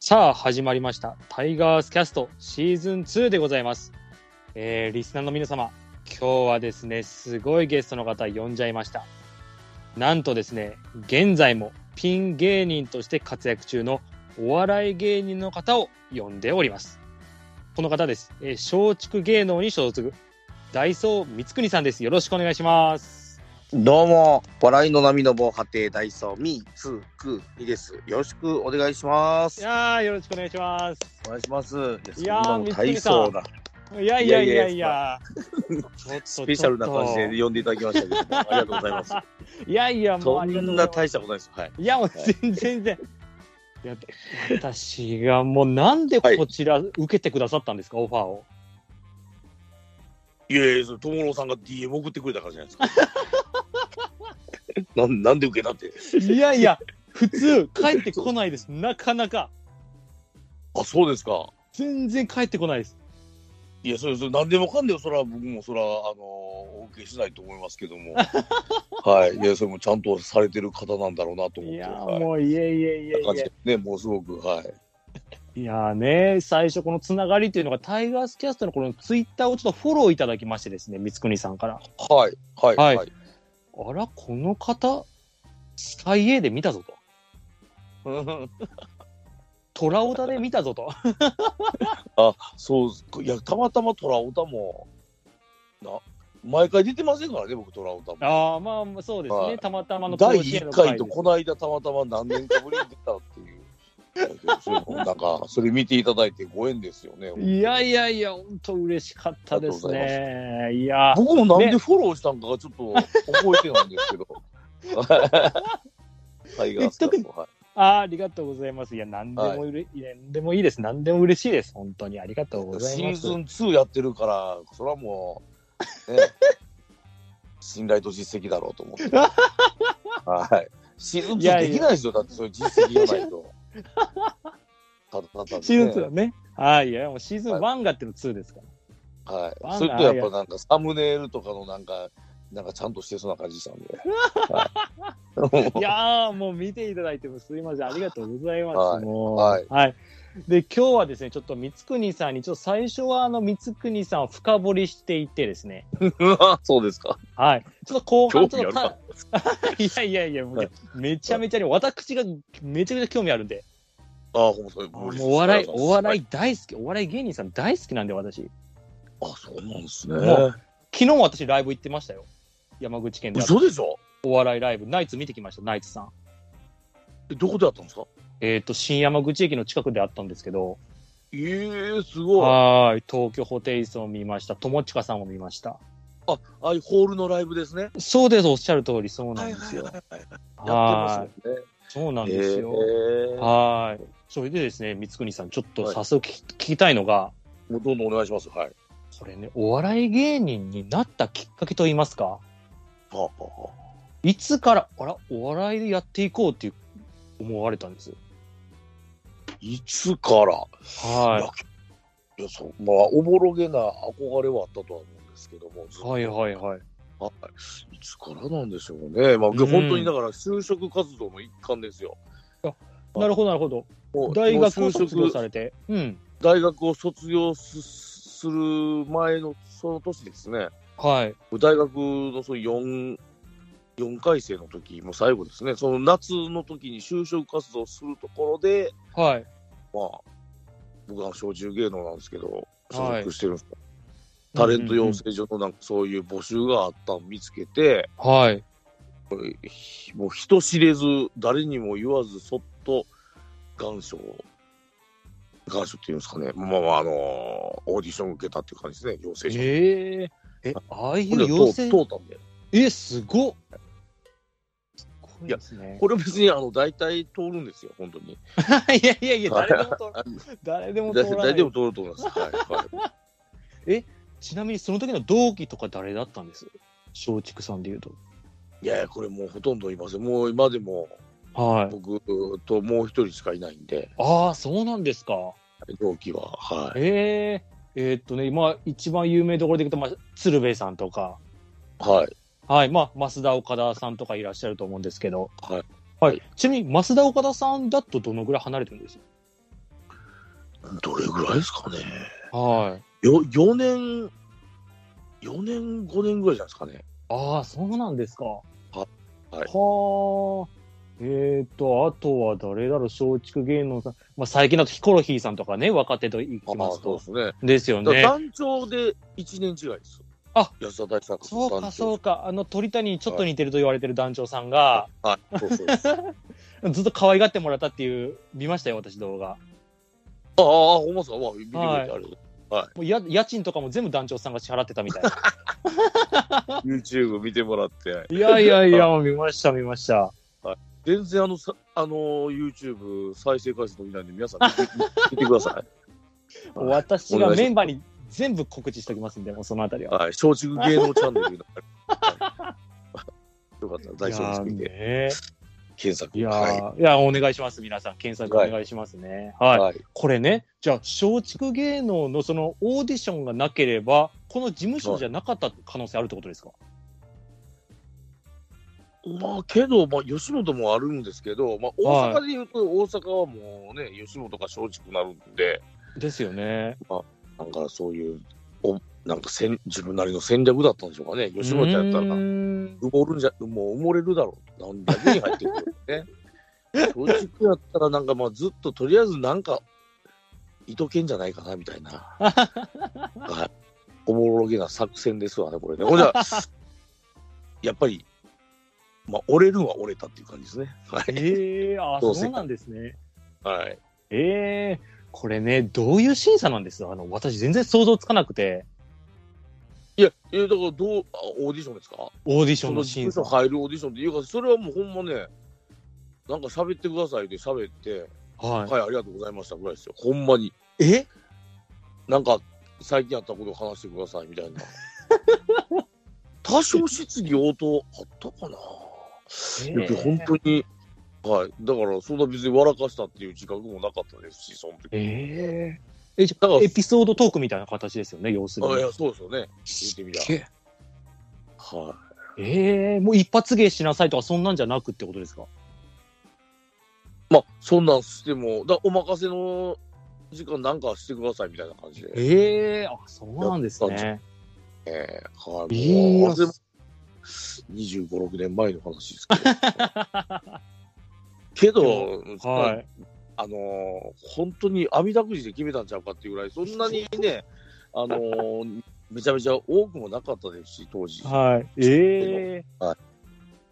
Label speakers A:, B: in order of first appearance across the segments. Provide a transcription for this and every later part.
A: さあ始まりましたタイガースキャストシーズン2でございます、えー、リスナーの皆様今日はですねすごいゲストの方呼んじゃいましたなんとですね現在もピン芸人として活躍中のお笑い芸人の方を呼んでおりますこの方です、えー、松竹芸能に所属ダイソー光国さんですよろしくお願いします
B: どうも、笑いの波の防波堤ダイソーミーツークーニです。よろしくお願いしま
A: い
B: す。
A: やーよろしくお願いします
B: お願いします。
A: いやー
B: そんなもん体操だ。
A: いやいやいやいや
B: ス
A: ス
B: ペシャルな感じで呼んでいただきましたけども、ありがとうございます。
A: いやいや、もう
B: そ
A: ありがとうんござい
B: な
A: ます。
B: 大したことないです。はい。
A: いや、もう全然全然。いや私がもうなんでこちら受けてくださったんですか、オファーを。
B: いやいや、それ友郎さんが DM 送ってくれたからじゃないですか。 なんなんで受けたって。
A: いやいや、普通、帰ってこない です。なかなか。
B: あ、そうですか。
A: 全然帰ってこないです。
B: いや、それ、それ、何でもかんでも、それは僕も、それは、あのーお受けしないと思いますけ ども。はい。いや、それもちゃんとされてる方なんだろうなと思っ
A: い
B: て。
A: や、
B: はい
A: もういえいえいえ
B: 感
A: い
B: じ
A: え
B: で。ね、もうすごく、はい。
A: いやね、最初このつながりというのが、タイガースキャストのこのツイッターをちょっとフォローいただきましてですね、光国さんから。
B: はい、はい、
A: は
B: はいい。
A: あら、この方、スカイエーで見たぞと。トラオタで見たぞと。
B: あ、そうっす、いや、たまたまトラオタも、な、毎回出てませんからね、僕、トラオタも。
A: ああ、まあまあ、そうですね。
B: はい
A: たまたまの
B: 第
A: 甲子園
B: 1
A: の回
B: 回とこの間たまたま何年かぶりに出たっていう。 それもなんかそれ見ていただいてご縁ですよね。
A: いやいやいや、本当嬉しかったです
B: ありが
A: ね。いや、
B: 僕もなんでフォローしたんかがちょっと覚えてないんです けど。 タイガースからもはい
A: あーありがとうございます。いや、なんでもうれ、いや、なんでもいいです。なんでも嬉しいです。本当にありがとうござい
B: シー
A: ます
B: ズ。ン2やってるから、それはもう、 ね、信頼と実績だろうと思って。はい。シーズン
A: いや
B: 2
A: いや
B: できないですよ、だってそれ実績がないと。ただただね
A: シーズン2はね。はい、いや、もうシーズン1があっての2ですか
B: はい。それとやっぱなんかサムネイルとかのなんか、なんかちゃんとしてそうな感じしたん で。はい
A: ら。いやー、もう見ていただいてもすいません。ありがとうございます。
B: はい
A: もう、
B: はい
A: で、今日はですね、ちょっと光国さんに、ちょっと最初はあの、光国さんを深掘りしていってですね。
B: そうですか。
A: はい。ちょっと後半、ち
B: 興味
A: ょ
B: あ
A: っと
B: る
A: た
B: な い
A: やいやいや、もう
B: はい
A: めちゃめちゃに、私がめちゃくちゃ興味あるんで、
B: ああ、ほんまそれ
A: も
B: 無
A: う
B: 理です
A: お笑い、
B: ありがとう
A: お
B: ござま
A: 笑い大好き、お笑い芸人さん大好きなんで、私。
B: す。あ、そうなんです
A: も
B: ね。
A: 昨日も私、ライブ行ってましたよ。山口県である
B: 嘘でしょ
A: お笑いライブ、ナイツ見てきました、ナイツさん。
B: えどこでやったんですか
A: えっ、と、新山口駅の近くであったんですけど、
B: ええ、すごい。
A: はーい、東京ホテイソンを見ました、友近さんを見ました。
B: あ、ああいうホールのライブですね。
A: そうです、おっしゃる通り、そうなんですよ。
B: はいはい。
A: はーい、
B: すね。
A: そうなん
B: え
A: ですよ。
B: ー
A: はーい。それでですね、光国さん、ちょっと
B: はい
A: 早速聞き,、聞きたいのが、
B: もうどんどんお願いします。はい。
A: これね、お笑い芸人になったきっかけといいますか、
B: はあはあはい
A: つから、あら、お笑いでやっていこうっていう思われたんです。
B: あいつから
A: はい
B: や、そう、まあ、おぼろげな憧れはあったとは思うんですけども、ずっ
A: い。
B: と
A: はいはいはい。
B: はい。いつからなんでしょうね。まあ、
A: ん
B: 本当にだから就職活動の一環ですよ。
A: なるほどなるほど。
B: もう
A: 大学
B: も
A: を
B: う就
A: 卒業さ
B: 職、
A: れて。うん。
B: 大学を卒業すする前のその年ですね。
A: はい。
B: 大学のそう4、4回生の時もう最後ですね、その夏の時に就職活動するところで、
A: はい。
B: まあ、僕は小中芸能なんですけど、所
A: はい
B: 属してるんですよタレント養成所のなんかそういう募集があったのを見つけて、
A: うんうんうん。はい。
B: もう人知れず、誰にも言わず、そっと願書を、願書っていうんですかね、まあまあ、あのーオーディション受けたっていう感じですね、養成所。
A: えええ、ああい
B: ほんで
A: う養
B: 通
A: 成
B: 通ったんで。
A: え、すごっ。すごいですね。
B: これ別にあの大体通るんですよ、本当に。
A: いやいやいや、誰でも通ら誰でも通
B: 大
A: らな
B: 体
A: い
B: でも。通ると思います。はいはい、
A: ちなみにその時の同期とか誰だったんです松竹さんで言うと。
B: いやいや、これもうほとんどいません。もう今でも
A: はい。
B: 僕ともう一人しかいないんで、
A: ああ、そうなんですか。
B: 同期は。はい。
A: えええーっとね、今、一番有名どころでいくと、まあ、鶴瓶さんとか、
B: はい。
A: はい、まあ、増田岡田さんとかいらっしゃると思うんですけど、
B: はい。
A: はい、ちなみに、増田岡田さんだとどのぐらい離れてるんです
B: ぐらいですかね。
A: はい。
B: よ4年、4年、5年ぐらいじゃないですかね。
A: ああ、そうなんですか。は、
B: はい
A: はあ。えっ、と、あとは誰だろう、松竹芸能さん。まあ、最近だとヒコロヒーさんとかね、若手と行きます
B: そ
A: と
B: うで。すね。
A: ですよ
B: だから
A: ね。
B: 団長で1年違いです。
A: あ
B: 安田大作と
A: そうか、
B: 団長
A: そうか。あの、鳥谷にちょっと似てると言われてる団長さんが、
B: はい、そうそうそうああ、
A: ずっと可愛がってもらったっていう、見ましたよ、私動画。
B: ほんまっすか。わあ、見てくれてあ
A: はい
B: りがとう
A: もうや家賃とかも全部団長さんが支払ってたみたいな。
B: YouTube 見てもらって、
A: いやいやいや、見ました、見ました。
B: 全然あのさ、あのー YouTube 再生回数伸びないんで、皆さん見て見てくださ
A: 私がメンバーに全部告知しておきますんで、もうそのあたり
B: い。
A: は。
B: はい、松竹芸能チャンネ ルになる。はいよかったら、大丈夫です。見て、
A: ね
B: 検索。
A: いや
B: はい
A: ー、いやー、お願いします、皆さん。検索お願いしますね。はい。
B: はい。
A: これね、じゃあ、松竹芸能のそのオーディションがなければ、この事務所じゃなかった可能性あるってことですか、
B: まあ、けど、まあ、吉本もあるんですけど、まあ、大阪で言うと、大阪はもうね、吉本が松竹になるんで、
A: ですよね。
B: なんかそういう、おなんかせん自分なりの戦略だったんでしょうかね。吉本やったら
A: うー、ん
B: 埋もるんじゃ、もう埋もれるだろう。なんだけに入ってく るね。松竹やったら、なんかまあ、ずっととりあえずなんか、いとけんじゃないかな、み たいな。はい。おもろげな作戦ですわね、これね。ほんじゃ、やっぱり、まあ、折れるんは折れたっていう感じですね。はい。
A: ええー、あ、
B: どうせ
A: そうなんですね。
B: はい。
A: ええー、これね、どういう審査なんですあの、私全然想像つかなくて、
B: いや、えだからどう、あオーディションですか
A: オーディショ
B: そ
A: ン
B: の
A: の
B: 事
A: 審
B: 務所
A: 査。
B: 入るオーディションっていうか、それはもうほんまね、なんか喋ってくださいで喋って、
A: は
B: はい、ありがとうございましたぐらいですよ。ほんまに。
A: い。え
B: なんか、最近あったことを話してくださいみた いな。多少質疑応答あったかな、いや本当に、はい。だから、そんな別に笑かしたっていう自覚もなかったですし、その時。
A: えええじゃ
B: だから
A: あエピソードトークみたいな形ですよね、要する
B: あい
A: に。
B: や、そうですよね。言ってみたら。
A: え
B: はい。
A: えもう一発芸しなさいとか、そんなんじゃなくってことですか
B: まあ、そんなんしても、だお任せの時間なんかしてくださいみたいな感じで。
A: ええあ、そうなんですね。
B: えー、はい。
A: い
B: も
A: や
B: う、25、6年前の話です けど。けど、
A: はい。
B: あのー本当に網だくじで決めたんちゃうかっていうぐらい、そんなにね、あのーめちゃめちゃ多くもなかったですし、当時。は
A: はい。ええ
B: は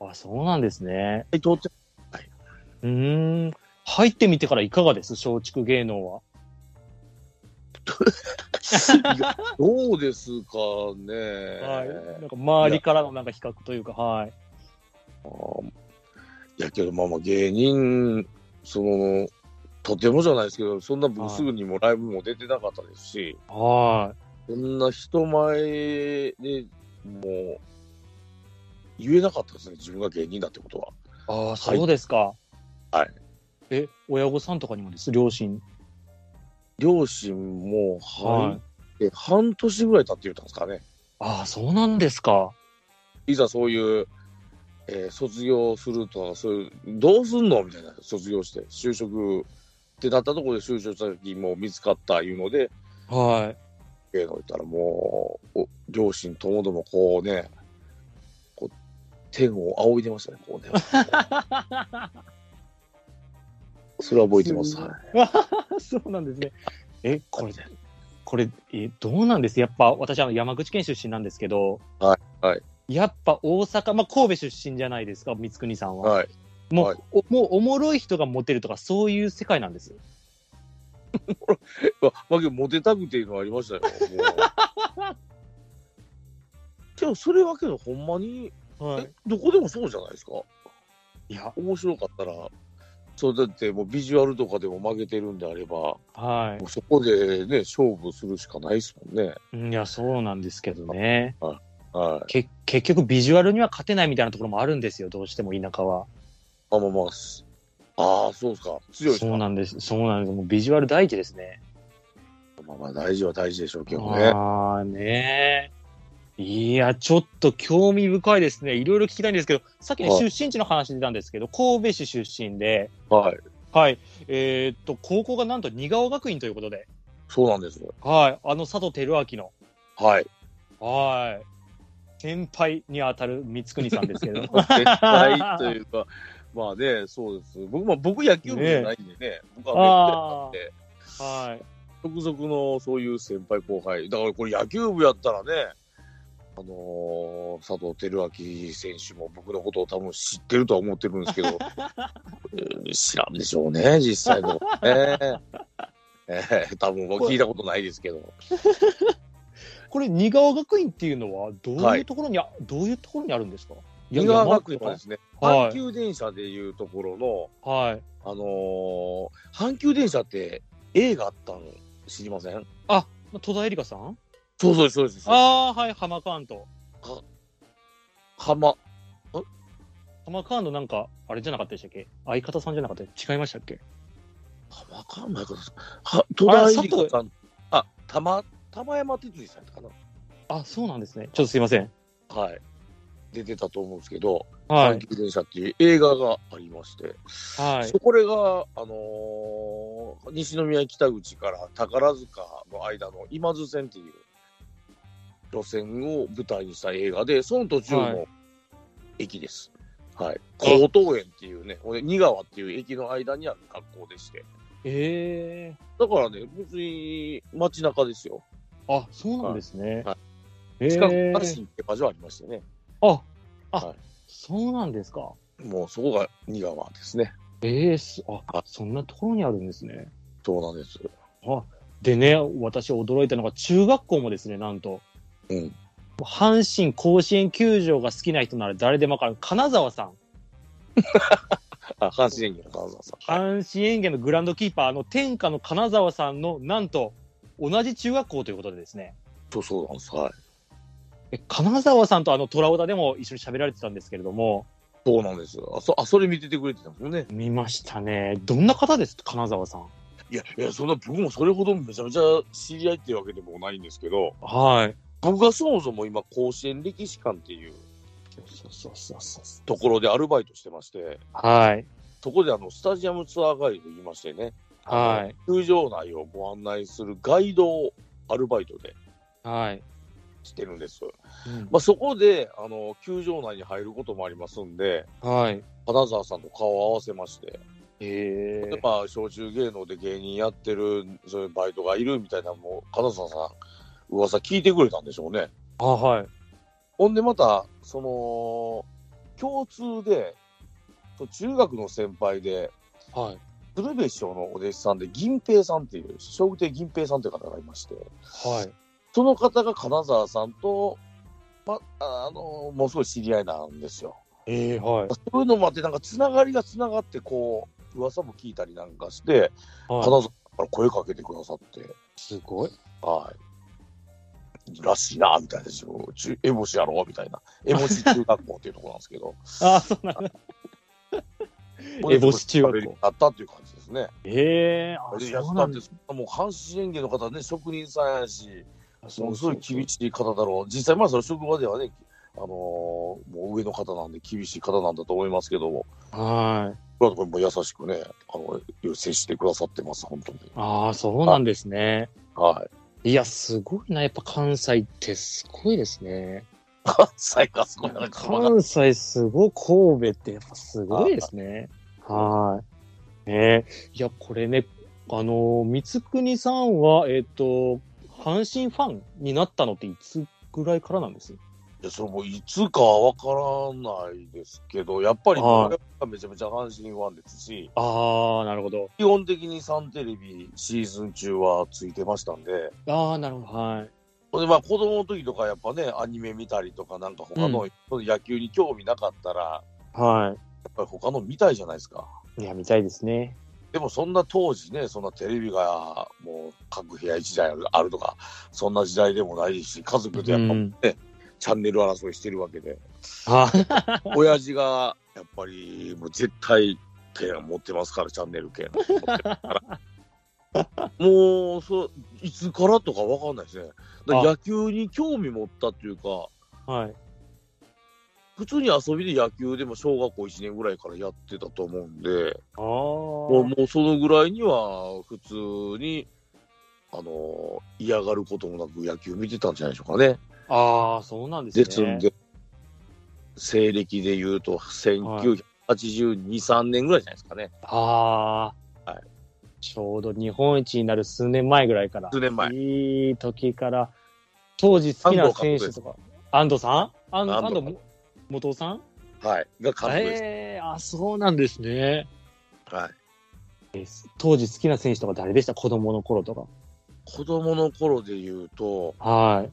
A: あ、そうなんですね。
B: い、到着
A: うーん。入ってみてからいかがです松竹芸能は。
B: どうですかね。
A: はい。なんか周りからのなんか比較というか、はい。
B: あーいやけどまあまあ芸人そのとてもじゃないですけどそん
A: は
B: な僕
A: い
B: すぐにもライブも出てなかったですし、
A: は
B: そんな人前でもう言えなかったですね自分が芸人だってことは。
A: い。ああ、そうですか。
B: はい。
A: え、親御さんとかにもです両親。
B: 両親も入って半年ぐらい経って言ったんですかね。
A: ああ、そうなんですか。
B: いざそういう、えー卒業するとかそういうどうすんのみたいな卒業して就職ってなったところで就職先も見つかったいうので
A: はい。
B: 芸能行ったらもう、お両親ともどもこうね、こう、天を仰いでましたね、こ うね。それは覚えてます。はい
A: そうなんですね。え、これ、これ、え、どうなんですやっぱ、私、あの、山口県出身なんですけど、
B: はいはい
A: やっぱ大阪、まあ、神戸出身じゃないですか、光国さんは。
B: はい。
A: もう、
B: はい
A: おもう、おもろい人がモテるとか、そういう世界なんです。
B: まあ、まあ、けどモテたくていうのはありましたよ。 もうでもそれはけどほんまに、
A: は
B: え。どこでもそうじゃないですか。
A: いや、
B: 面白かったら、そうだってもうビジュアルとかでも負けてるんであれば、も
A: は
B: うそこでね、勝負するしかないですもんね。
A: い。いや、そうなんですけどね。
B: はい。
A: け、結局、ビジュアルには勝てないみたいなところもあるんですよ、どうしても田舎は。
B: あ、まあまあ、すああ、そうですか。強いですか
A: そうなんです。そうなんです。もうビジュアル第一ですね。
B: まあまあ大事は大事でしょうけどね。
A: ああねえ。いや、ちょっと興味深いですね。いろいろ聞きたいんですけど、さっきね、
B: はい
A: 出身地の話出たんですけど、神戸市出身で、
B: はい。
A: はい、えーっと、高校がなんと新川学院ということで、
B: そうなんですよ。
A: はい。あの佐藤輝明の。
B: はい。
A: はい。先輩にあたる光国さんですけ ど。
B: 絶対というか、 まあね、そうです。僕、まあ、僕野球部じゃないんでね、 僕は別になんで、
A: はい。
B: 直属のそういう先輩後輩、だからこれ野球部やったらね、あのー佐藤輝明選手も僕のことを多分知ってるとは思ってるんですけど、うん 知らんでしょうね、実際 の。ええええ多分聞いたことないですけど。
A: これ、仁川学院っていうのは、どう
B: はいいう
A: ところにあ、どういうところにあるんですか
B: 伊川学院は
A: は
B: で。すね、
A: はい
B: 阪急電車でいうところの、
A: はい。
B: あのー阪急電車って映画あったの知りません
A: 戸田恵梨香さん
B: そうそうですそうです。
A: ああ、はい。浜カーンと。
B: 浜、
A: 浜カーンのなんか、あれじゃなかったでしたっけ相方さんじゃなかった違いましたっけ
B: 浜かんないかは、戸田恵梨
A: あ
B: 香さん、あ、玉、玉山哲司さんかな
A: あ、そうなんですね。ちょっとすいません。
B: はい。出てたと思うんですけど、
A: はい
B: 阪。急電車っていう映画がありまして、
A: はい
B: そ。これが、あのー西宮北口から宝塚の間の今津線っていう路線を舞台にした映画で、その途中
A: は
B: の駅です。はい。高等園っていうね、これ、仁川っていう駅の間にある学校でして。
A: ええ
B: だからね、別に街中ですよ。
A: あ、そうなんですね。
B: は
A: ええ
B: 近く、阪神って場所ありましてね。
A: あ、あ、
B: はい
A: そうなんですか。
B: もうそこが仁川ですね。
A: ええすあ、そんなところにあるんですね。
B: そうなんです。
A: でね、私驚いたのが、中学校もですね、なんと、
B: うん。
A: 阪神甲子園球場が好きな人なら誰でもわかる、金沢さん、
B: あ、阪神園芸の金沢さん。はい
A: 阪神園芸のグランドキーパーの天下の金沢さんの、なんと、同じ中学校ということでですね、
B: そうそうなんです。はい。
A: え金沢さんとあの虎尾田でも一緒に喋られてたんですけれども、
B: そうなんですあそ。あ、それ見ててくれてたもんね。
A: 見ましたね。どんな方です金沢さん。
B: いやいやそんな僕もそれほどめちゃめちゃ知り合いっていうわけでもないんですけど
A: はい。
B: 僕がそもそも今甲子園歴史館っていう
A: そうそうそうそう。
B: ところでアルバイトしてまして
A: はい。
B: そこであのスタジアムツアーガイド言いましてね、
A: はい。
B: 球場内をご案内するガイドをアルバイトで
A: はい。
B: してるんです、
A: うん
B: まあ、そこであの球場内に入ることもありますんで
A: はい。
B: 金沢さんと顔を合わせまして
A: え
B: やっぱ小中芸能で芸人やってるそういうバイトがいるみたいなのも金沢さん噂聞いてくれたんでしょうね
A: あ、はい。
B: ほんでまた、その、共通で、そう中学の先輩で、
A: はい。
B: 鶴瓶師匠のお弟子さんで、銀平さんっていう、小学亭銀平さんという方がいまして、
A: はい。
B: その方が金沢さんと、ま、ああの、もうすごい知り合いなんですよ。
A: ええはい。
B: そういうのもあって、なんかつながりがつながって、こう、噂も聞いたりなんかして、金沢さんから声かけてくださって、
A: すごい。
B: はい。らしいな、みたいですよ。ち烏帽子やろみたいな。烏帽子中学校っていうところなんですけ ど。
A: あ、そうなんだ。烏帽子中学校
B: だったっていう感じですね。
A: ええあ、
B: いや
A: そうな
B: だっ
A: ん
B: て
A: だ。
B: もう阪神園芸の方ね、職人さんやし、ものすごい厳
A: しい。
B: しい方だろう。実際、まあ、その職場ではね、あのーもう上の方なんで厳しい方なんだと思いますけども、
A: はい。
B: これも優しくね、あの、接してくださってます、本当に。
A: ああ、そうなんですね。
B: はい。
A: いや、すごいな。やっぱ関西ってすごいですね。
B: 関西がすごいな、
A: 関西すごい、神戸ってやっぱすごいですね。はい。ねえいや、これね、あの、光国さんは、えっ、と、阪神ファンになったのっていつぐらいからなんです
B: いや、それもいつかわからないですけど、やっぱり
A: はい
B: 僕がめちゃめちゃ阪神ファンですし、
A: ああ、なるほど。
B: 基本的にサンテレビシーズン中はついてましたんで、
A: ああ、なるほど。はい。
B: ほんでまあ子供の時とかやっぱね、アニメ見たりとか、なんか他の野球に興味なかったら、や
A: は
B: っぱり他の見たいじゃないですか。
A: い。いや、見たいですね。
B: でもそんな当時ね、そんなテレビがもう各部屋一台あるあるとか、そんな時代でもないし、家族でやっぱ、
A: ん、
B: チャンネル争いしてるわけで。
A: あー
B: 親父がやっぱりもう絶対権持ってますからチャンネル 権持ってますからもうそういつからとかわかんないですねだから野球に興味持ったっていうか
A: はい。
B: 普通に遊びで野球でも小学校1年ぐらいからやってたと思うんで
A: ああ。
B: もうもうそのぐらいには普通にあの嫌がることもなく野球見てたんじゃないでしょうかね。
A: ああ、そうなんですね。
B: ですんで、西暦で言うと1982、3年ぐらいじゃないですかね。
A: ああ、
B: はい
A: ちょうど日本一になる数年前ぐらいから。
B: 数年前。
A: いい時から、当時好きな選手とか、安藤さん安安
B: 安藤
A: 藤も元さん
B: はい。が監督です。
A: ええー、あ、そうなんですね。
B: はい。
A: 当時好きな選手とか誰でした子供の頃とか。
B: 子供の頃で言うと、
A: は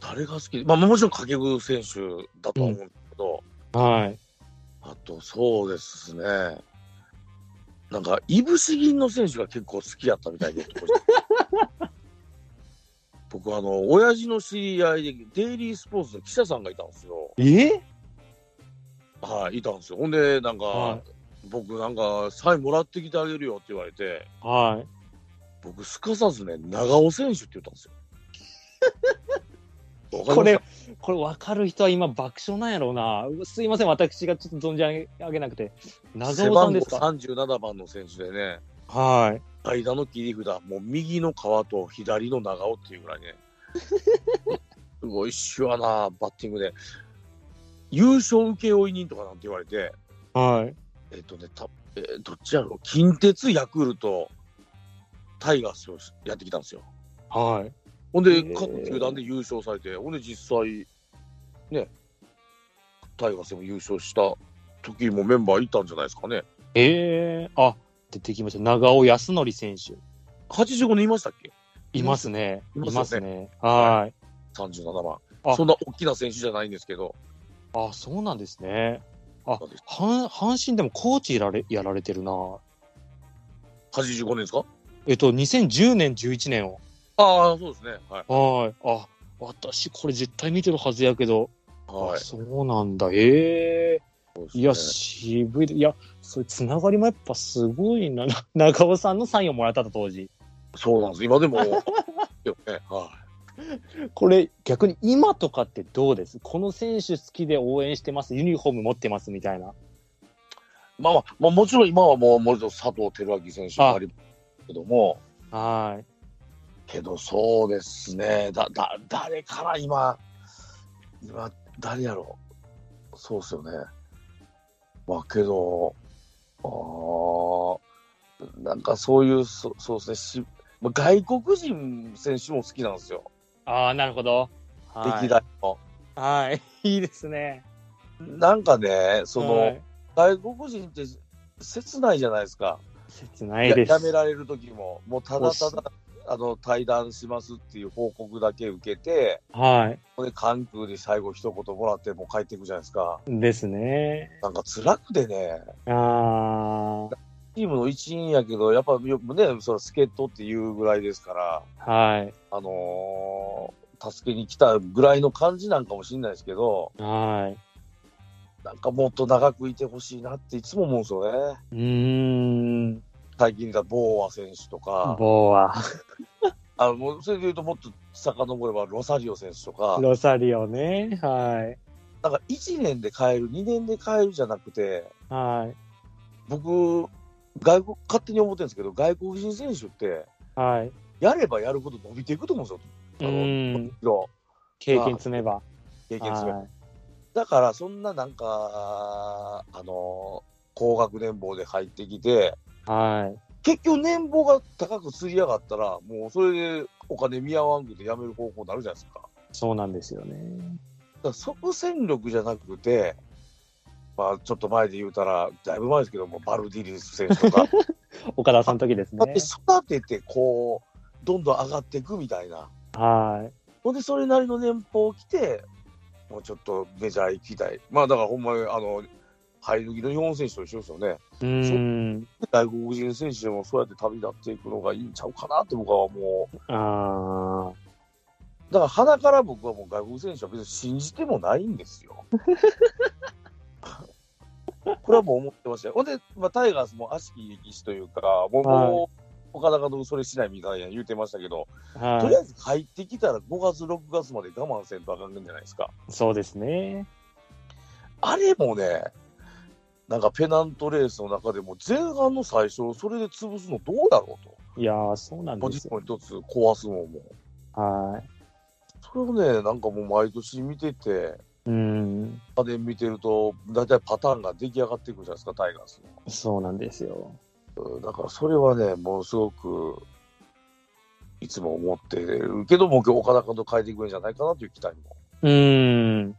B: 誰が好きまあもちろん掛布選手だとは思うんですけど、
A: い。はい。
B: あとそうですね。なんか、いぶし銀の選手が結構好きやったみたいで。 僕、あの、親父の知り合いで、デイリースポーツの記者さんがいたんですよ。
A: え
B: はい、いたんですよ。ほんで、なんか、
A: は
B: 僕、なんか、サインもらってきてあげるよって言われて、
A: はい。
B: 僕、すかさずね、長尾選手って言ったんですよ。わかります
A: これ、これ分かる人は今爆笑なんやろうな。うすいません、私がちょっと存じ上げなくて。謎尾さんですか
B: 背番号37番の選手でね、
A: はい。
B: 代打の切り札、もう右の川と左の長尾っていうぐらい ね、すごいっしゅわな、バッティングで、優勝請負人とかなんて言われて、
A: はい。
B: えっとね、たえーどっちやろう、近鉄、ヤクルト、タイガースをやってきたんですよ。
A: はい。
B: ほんで、
A: へー
B: 各球団で優勝されて、ほんで、実際、ね、タイガースでも優勝した時もメンバーいたんじゃないですかね。
A: ええー、あ、出てきました。長尾康則選手。
B: 85年いましたっけ
A: いますね。
B: い
A: い
B: ますよね
A: ますね。はい。
B: 37番
A: あ。
B: そんな大きな選手じゃないんですけど、
A: あ、そうなんですね。あ
B: そうです、
A: 阪阪神でもコーチやられやられてるな。
B: 85年ですか
A: えっと、2010年、11年を。
B: ああ、そうですね。はい。
A: はい。あ、私これ絶対見てるはずやけど。
B: は
A: あ
B: い。
A: そうなんだ。ええ
B: そうです
A: ー。
B: ね
A: いや、渋いで。いや、そういうつながりもやっぱすごいな。な中尾さんのサインをもらったと当時。
B: そうなんです。今 でも、よね。は
A: これ逆に今とかってどうですこの選手好きで応援してます。ユニフォーム持ってますみたいな。
B: い。まあまあ、まあ、もちろん今はもう、もう一度佐藤輝明選手もありますけども、
A: はい。
B: けどそうですね。だ、だ、誰から今、今、誰やろう。そうですよね。まあけど、ああ、なんかそういう、そそうですねし。まあ外国人選手も好きなんですよ。
A: ああ、なるほど。は
B: 歴
A: い。
B: 代の。
A: はい。いい ですね。
B: なんかね、その、
A: はい
B: 外国人って切ないじゃないですか。
A: 切ないです。
B: ややめられる時も、もうただただあの対談しますっていう報告だけ受けて、
A: はい。
B: これ関空で最後一言もらってもう帰っていくじゃないですか。
A: ですね。
B: なんか辛くてね、
A: あ
B: チームの一員やけど、やっぱよくね、それ助っ人っていうぐらいですから、
A: あ、はい。
B: あのー助けに来たぐらいの感じなんかもしれないですけど、
A: はい。
B: なんかもっと長くいてほしいなっていつも思うんですよね。
A: うーん。
B: 最近だ、ボーア選手とか、
A: ボー
B: あのもうそれで言うともっと遡ればロサリオ選手とか
A: ア、、ロサリオね。はい。
B: なんか1年で変える、2年で変えるじゃなくて、
A: はい。
B: 僕、外国、勝手に思ってるんですけど、外国人選手って、
A: はい。
B: やればやるほど伸びていくと思うんです
A: う
B: よ。
A: ーん。
B: あの、
A: 経験積めば。
B: 経験する。
A: は
B: だから、そんななんか、あの、高額年俸で入ってきて、
A: い。はい。
B: 結局年俸が高く釣り上がったら、もうそれでお金見合わんくて辞める方向になるじゃないですか。
A: そうなんですよね。
B: だから即戦力じゃなくて、まあ、ちょっと前で言うたら、だいぶ前ですけども、バルディリス選手とか、
A: 岡田さんの時ですね。
B: 育てて、こう、どんどん上がっていくみたいな。
A: は
B: ほんで、それなりの年俸を着て、もうちょっとメジャー行きたい。まあ、だからほんまに、あの、入る気の日本選手と一緒ですよね。
A: い。うーん。
B: 外国人選手でもそうやって旅立っていくのがいいんちゃうかなって僕はもう、
A: あ
B: だから鼻から僕はもう外国選手は別に信じてもないんで すよ。これはもう思ってましたよ。ほんで、まあ、タイガースも悪しき歴史というか、もう、
A: はい
B: もう岡田監督それしないみたいな言うてましたけど、
A: あ。
B: とりあ
A: は
B: えず入ってきたら5月、6月まで我慢せんとあかんねんじゃないですか。
A: い。そうですね。
B: あれもね、なんかペナントレースの中でも前半の最初、それで潰すのどうだろうと。
A: いやー、そうなん
B: ポ
A: で
B: ジ
A: す
B: シ
A: よ。
B: ョン一つ壊すのも。
A: は
B: それをね、なんかもう毎年見てて、
A: い。うん。
B: 家電見てると、大体パターンが出来上がってくるじゃないですか、タイガース
A: そうなんですよ。
B: のうん。だからそれはね、ものすごく、いつも思ってるけども、岡田監督変えていくんじゃないかなという期待も。
A: うん。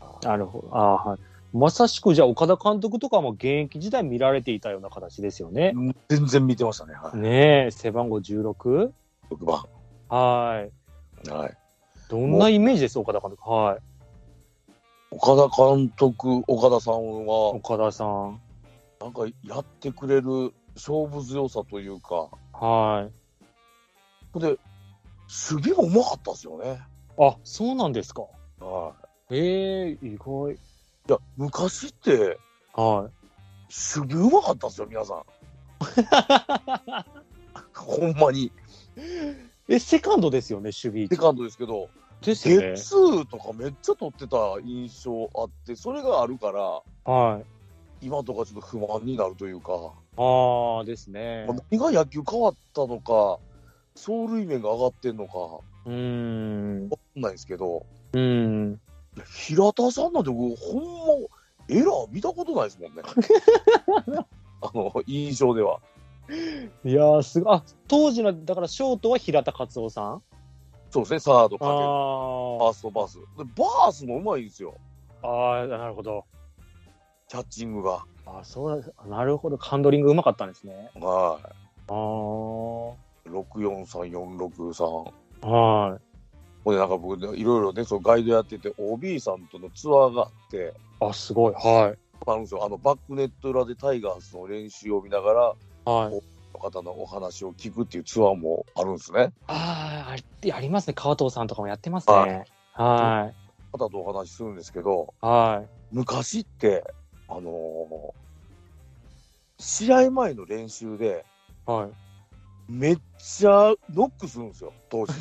B: あ
A: なるほど。あーはい。まさしく、じゃあ、岡田監督とかも現役時代見られていたような形ですよね。
B: 全然見てましたね、はい、
A: ねえ、背番号 16?
B: 6番。
A: はい。
B: はい
A: どんなイメージです、岡田監督。はい。
B: 岡田監督、岡田さんは、
A: 岡田さん。
B: なんかやってくれる勝負強さというか、
A: はい。
B: で、守備もうまかったですよね。
A: あ、そうなんですか。
B: は
A: ええ意外。
B: い。いや、昔って、
A: はい。
B: 守備うまかったですよ、皆さ ん。ほんまに。
A: え、セカンドですよね、守備位置
B: セカンドですけど、
A: ですよ
B: ゲッ
A: ね。
B: ツーとかめっちゃ取ってた印象あって、それがあるから、
A: はい。
B: 今とかちょっと不満になるというか、
A: ああ、ですね。
B: 何が野球変わったのか、走塁面が上がってんのか、わ
A: うーん。
B: かんないですけど、
A: うん。
B: 平田さんなんて僕ほんまエラー見たことないですもんねあの印象ではい
A: やー、すごい。あ、当時の、だから、ショートは平田勝夫さん。
B: そうですねサードか
A: あ
B: けるファーストバースでバースもうまいんですよ
A: ああー、なるほど。
B: キャッチングが
A: あそうなんですあなるほど。カンドリングうまかったんですね。
B: は
A: ああ。
B: い643463ほ
A: はい。
B: んでなんか僕ねいろいろねそのガイドやってて OB さんとのツアーがあって
A: あ、すごい。はい。
B: あるんですよあのバックネット裏でタイガースの練習を見ながら
A: はい。
B: の方のお話を聞くっていうツアーもあるんですね
A: ああ、ありありますね。川藤さんとかもやってますね。は
B: 方とお話しするんですけど
A: い。はい。
B: 昔って、あのー試合前の練習で、
A: はい。
B: めっちゃノックするんですよ、当時。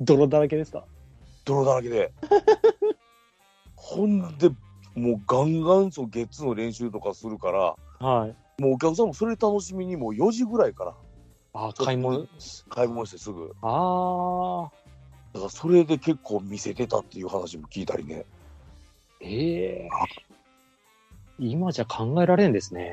A: 泥だらけですか
B: 泥だらけで。ほんで、もうガンガンそうゲッツーの練習とかするから、
A: はい。
B: もうお客さんもそれ楽しみに、もう4時ぐらいから
A: あー買い物。
B: 買い物してすぐ。
A: ああ。
B: だからそれで結構見せてたっていう話も聞いたりね。
A: ええ今じゃ考えられんですね。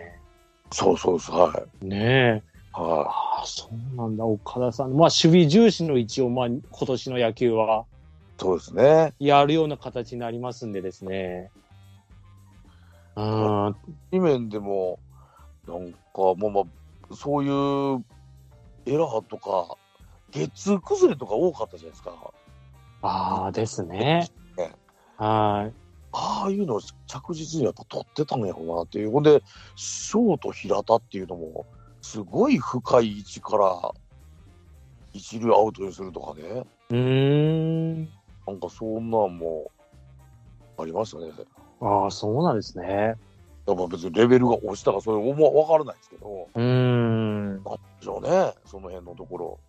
B: そうそうです、はい。
A: ねえ。
B: は。
A: ああ、そうなんだ。岡田さん。まあ、守備重視の一応、まあ、今年の野球はい
B: そうですね。
A: やるような形になりますんでですね。うん、
B: 地面でも、なんかもうまあ、そういうエラーとか、月崩れとか多かったじゃないですか。
A: ああですね
B: ね。
A: は
B: ああいうのを着実にやっぱ取ってたんやろうなっていう。ほんで、ショート平田っていうのも、すごい深い位置から一塁アウトにするとかね。
A: い。うーん。
B: なんかそんなんもありましたね。
A: ああ、そうなんですね。
B: やっぱ別にレベルが落ちたかそれもわからないですけど、
A: うーん。
B: なんでしょうね、その辺のところ。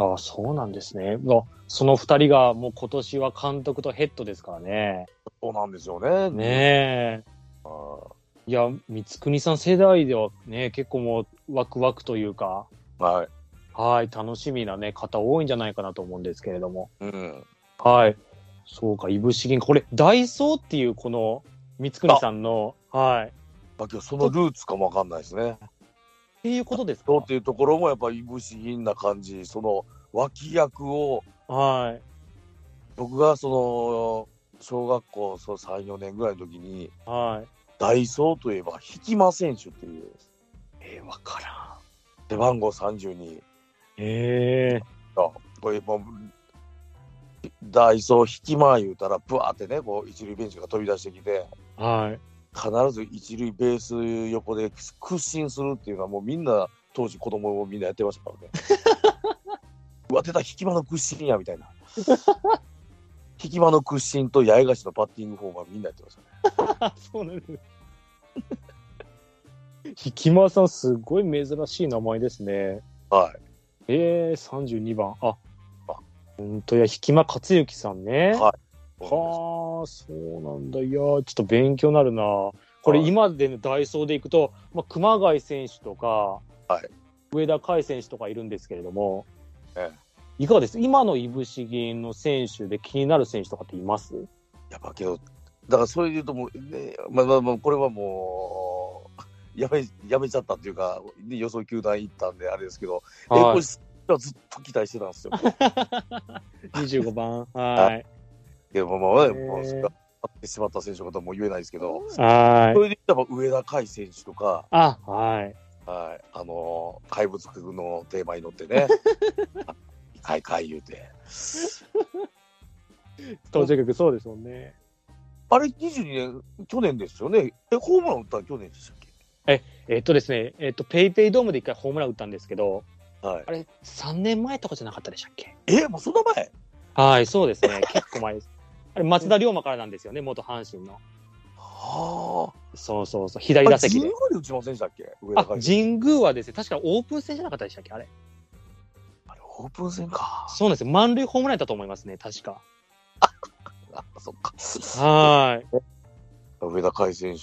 A: ああ、そうなんですね。まあその二人がもう今年は監督とヘッドですからね。
B: そうなんですよね。
A: ねえ。
B: あー
A: いや、三國さん世代ではね、結構もうワクワクというか、
B: はい。
A: はい、楽しみなね、方多いんじゃないかなと思うんですけれども。
B: うん。
A: はい。そうか、いぶし銀、これ、ダイソーっていうこの三國さんの、はい。
B: まあ、今日そのルーツかもわかんないですね。
A: っていうことですか
B: そうっていうところもやっぱいぶし銀な感じ、その脇役を、
A: はい。
B: 僕がその小学校そう3、4年ぐらいの時に、
A: はい。
B: ダイソーといえば、引間選手っていう、
A: えー、わからん。
B: 背番号32、
A: ええ
B: あこれもうダイソー引間言うたら、ぶわーってね、こう一塁ベンチが飛び出してきて、
A: はい。
B: 必ず一塁ベース横で屈伸するっていうのはもうみんな当時子供もみんなやってましたからね。 うわ出た引き間の屈伸やみたいな。 引き間の屈伸と八重樫のバッティングフォームはみんなやってましたね。
A: あ、 そうなんです。ひきまさん、すごい珍しい名前ですね。
B: はい。
A: ええー、32番。あ、あ本当や、ひきまかつゆきさんね。
B: は
A: はあ、そうなんだ。いやー、ちょっと勉強になるな。これ、
B: はい
A: 今でのダイソーでいくと、まあ、熊谷選手とか、
B: はい
A: 上田海選手とかいるんですけれども、
B: え
A: いかがです今のいぶし銀の選手で気になる選手とかっています
B: やばけど、だからそれで言うともう、ね、まあまあまあ、これはもう、やめ、やめちゃったっていうか、ね、予想球団行ったんで、あれですけど、え
A: はい
B: これずっと期待してたんです よ。
A: 25番。はい。
B: でもまあ、
A: へー
B: もう、勝ってしまった選手のことはもう言えないですけど、
A: はい
B: そ。れで言ったら上田海選手とか、
A: あ、はい。
B: はい、あのー怪物くんのテーマに乗ってね、かいかい言うて。
A: 登場曲そうですもんね。
B: あれ22年、去年ですよね。え、ホームラン打ったの去年でしたっ
A: えっとですね、えっと、ペイペイドームで一回ホームラン打ったんですけど、
B: けはい
A: あ。れ、3年前とかじゃなかったでしたっけ
B: え、もうその前
A: はい、そうです ね。結構前です。あれ、松田龍馬からなんですよね、元阪神の。
B: は
A: そうそうそう、
B: あ。
A: 左
B: あれ、
A: 打席
B: 神宮
A: で
B: で。打ちませんでしたっけ上田
A: あ、
B: 海選手。
A: 神宮はですね、確かオープン戦じゃなかったでしたっけあれ。
B: あれ、オープン戦か。
A: そうなんですよ。満塁ホームランだと思いますね、確か。
B: あ、そっか。
A: はい。
B: 上田海選手。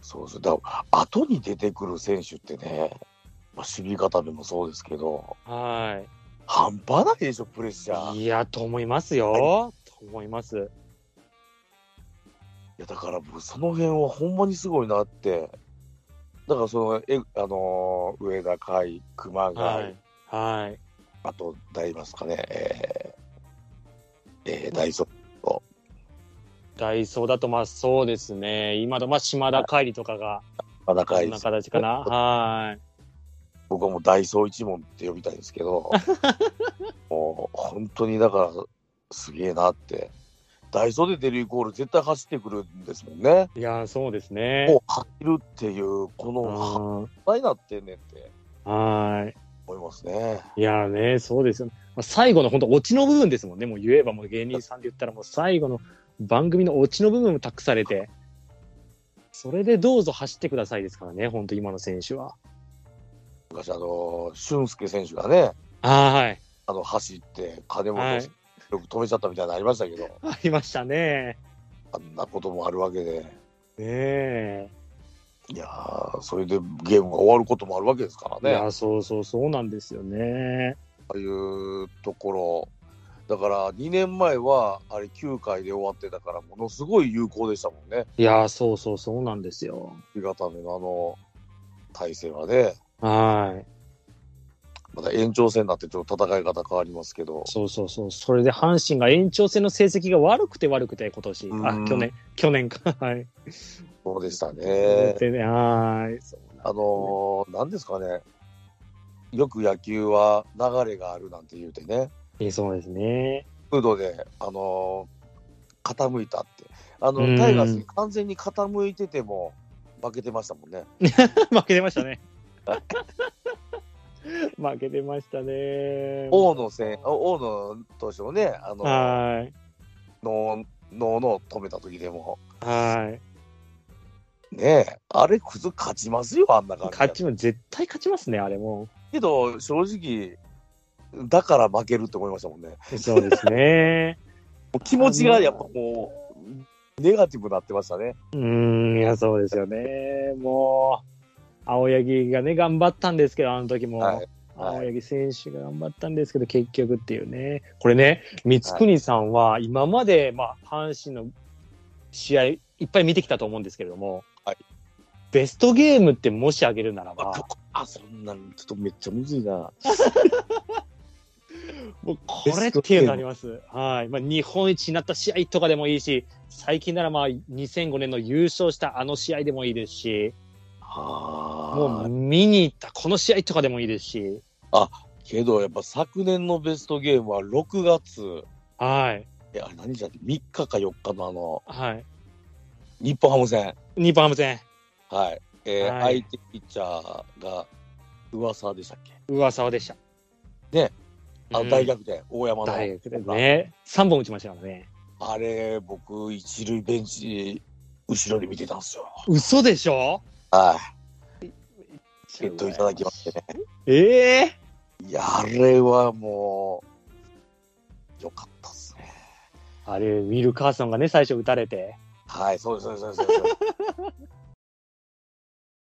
B: そうそう。だから後に出てくる選手ってね、まあ、守備固めもそうですけど、
A: は
B: 半端ないでしょ、プレッシャー。
A: い。
B: い
A: いや、と思いますよ。と思います。
B: や、だから僕、その辺はほんまにすごいなって。だから、その、えあのー上田海、熊谷、
A: はい。はい。
B: あと、誰いますかね、えー、えー、ダイソー
A: ダイソーだと、まあそうですね。今だと、まあ島田海里とかが、
B: 田中
A: こ
B: 愛
A: んな形かな。はい。
B: 僕はもうダイソー一門って呼びたいんですけ ど、もう本当にだから、すげえなって。ダイソーで出るイコール絶対走ってくるんですもんね。
A: いや、そうですね。
B: もう走るっていう、こ
A: う
B: の、
A: ん
B: はになってんねんって
A: はい。
B: 思いますね。
A: いやーね、そうですよ、ね。まあ、最後の本当、オチの部分ですもんね。もう言えば、もう芸人さんで言ったら、もう最後の番組のオチの部分も託されて、それでどうぞ走ってくださいですからね、本当、今の選手は。
B: 昔、あの、俊介選手がね、
A: あーはい。
B: あの、走って、金本
A: は
B: 選
A: い。
B: 手、よく止めちゃったみたいになのありましたけど、
A: ありましたね。
B: あんなこともあるわけで、
A: ねえ。
B: いやー、それでゲームが終わることもあるわけですから
A: い
B: ね。
A: やー、そうそう、そうなんですよね。
B: ああいうところ、だから2年前はあれ9回で終わってたから、ものすごい有効でしたもんね、
A: いやー、そうそう、そうなんですよ。
B: 日固めのあの体制はね、
A: はい。
B: また延長戦になって、ちょっと戦い方変わりますけど、
A: そうそうそう。それで阪神が延長戦の成績が悪くて悪くて、今年。
B: うん
A: あ、去年、去年か。はい。
B: そうでしたね、
A: でね、はーい。そうなんです
B: あのー、なんですかね、よく野球は流れがあるなんて言うてね、
A: えーそうですね。
B: ムードで、あのー傾いたって、あの
A: うん
B: タイガースに完全に傾いてても、負けてましたもんね。
A: 負けてましたね。 負けてましたね。
B: 大野戦、お大野投手のね、あの、
A: はい。
B: 脳脳の止めた時でも、
A: はい。
B: ねえ、あれ、くず勝ちますよ、あんな感じ。
A: 勝ちも絶対勝ちますね、あれ も。
B: けど、正直、だから負けるって思いましたもんね。も
A: そうですね。
B: う気持ちがやっぱもう、ネガティブになってましたね。
A: うーん、いや、そうですよね。もう、青柳がね、頑張ったんですけど、あの時も。
B: はい。
A: 青柳選手が頑張ったんですけど、結局っていうね、これね、光國さんは今まで、まあ、阪神の試合、いっぱい見てきたと思うんですけれども、
B: はい
A: ベストゲームってもし挙げるなら
B: あ
A: ば、
B: あ、そんなん、ちょっとめっちゃむずいな。
A: もうこれっていうのあります。はいまあ、日本一になった試合とかでもいいし、最近ならまあ2005年の優勝したあの試合でもいいですし、もう
B: はあ。
A: 見に行ったこの試合とかでもいいですし、
B: けど、やっぱ昨年のベストゲームは6月、
A: はい、
B: え、あれ何じゃって、3日か4日のあの、
A: はい、
B: 日本ハム戦。
A: 日本ハム戦、
B: はい。えー
A: はい
B: 相手ピッチャーが、噂でしたっけ
A: 上沢でした。
B: ねあ
A: うん
B: 大逆転、大山の。
A: 大学でね、3本打ちましたからね。
B: あれ、僕、一塁ベンチ、後ろで見てたんですよ。
A: 嘘でしょ
B: はい。チケットいただきましてね。
A: ええ
B: いや、あれはもう、よかったっすね。
A: あれ、ウィル・カーソンがね、最初打たれて。
B: はい、そうです、そうです、そうです。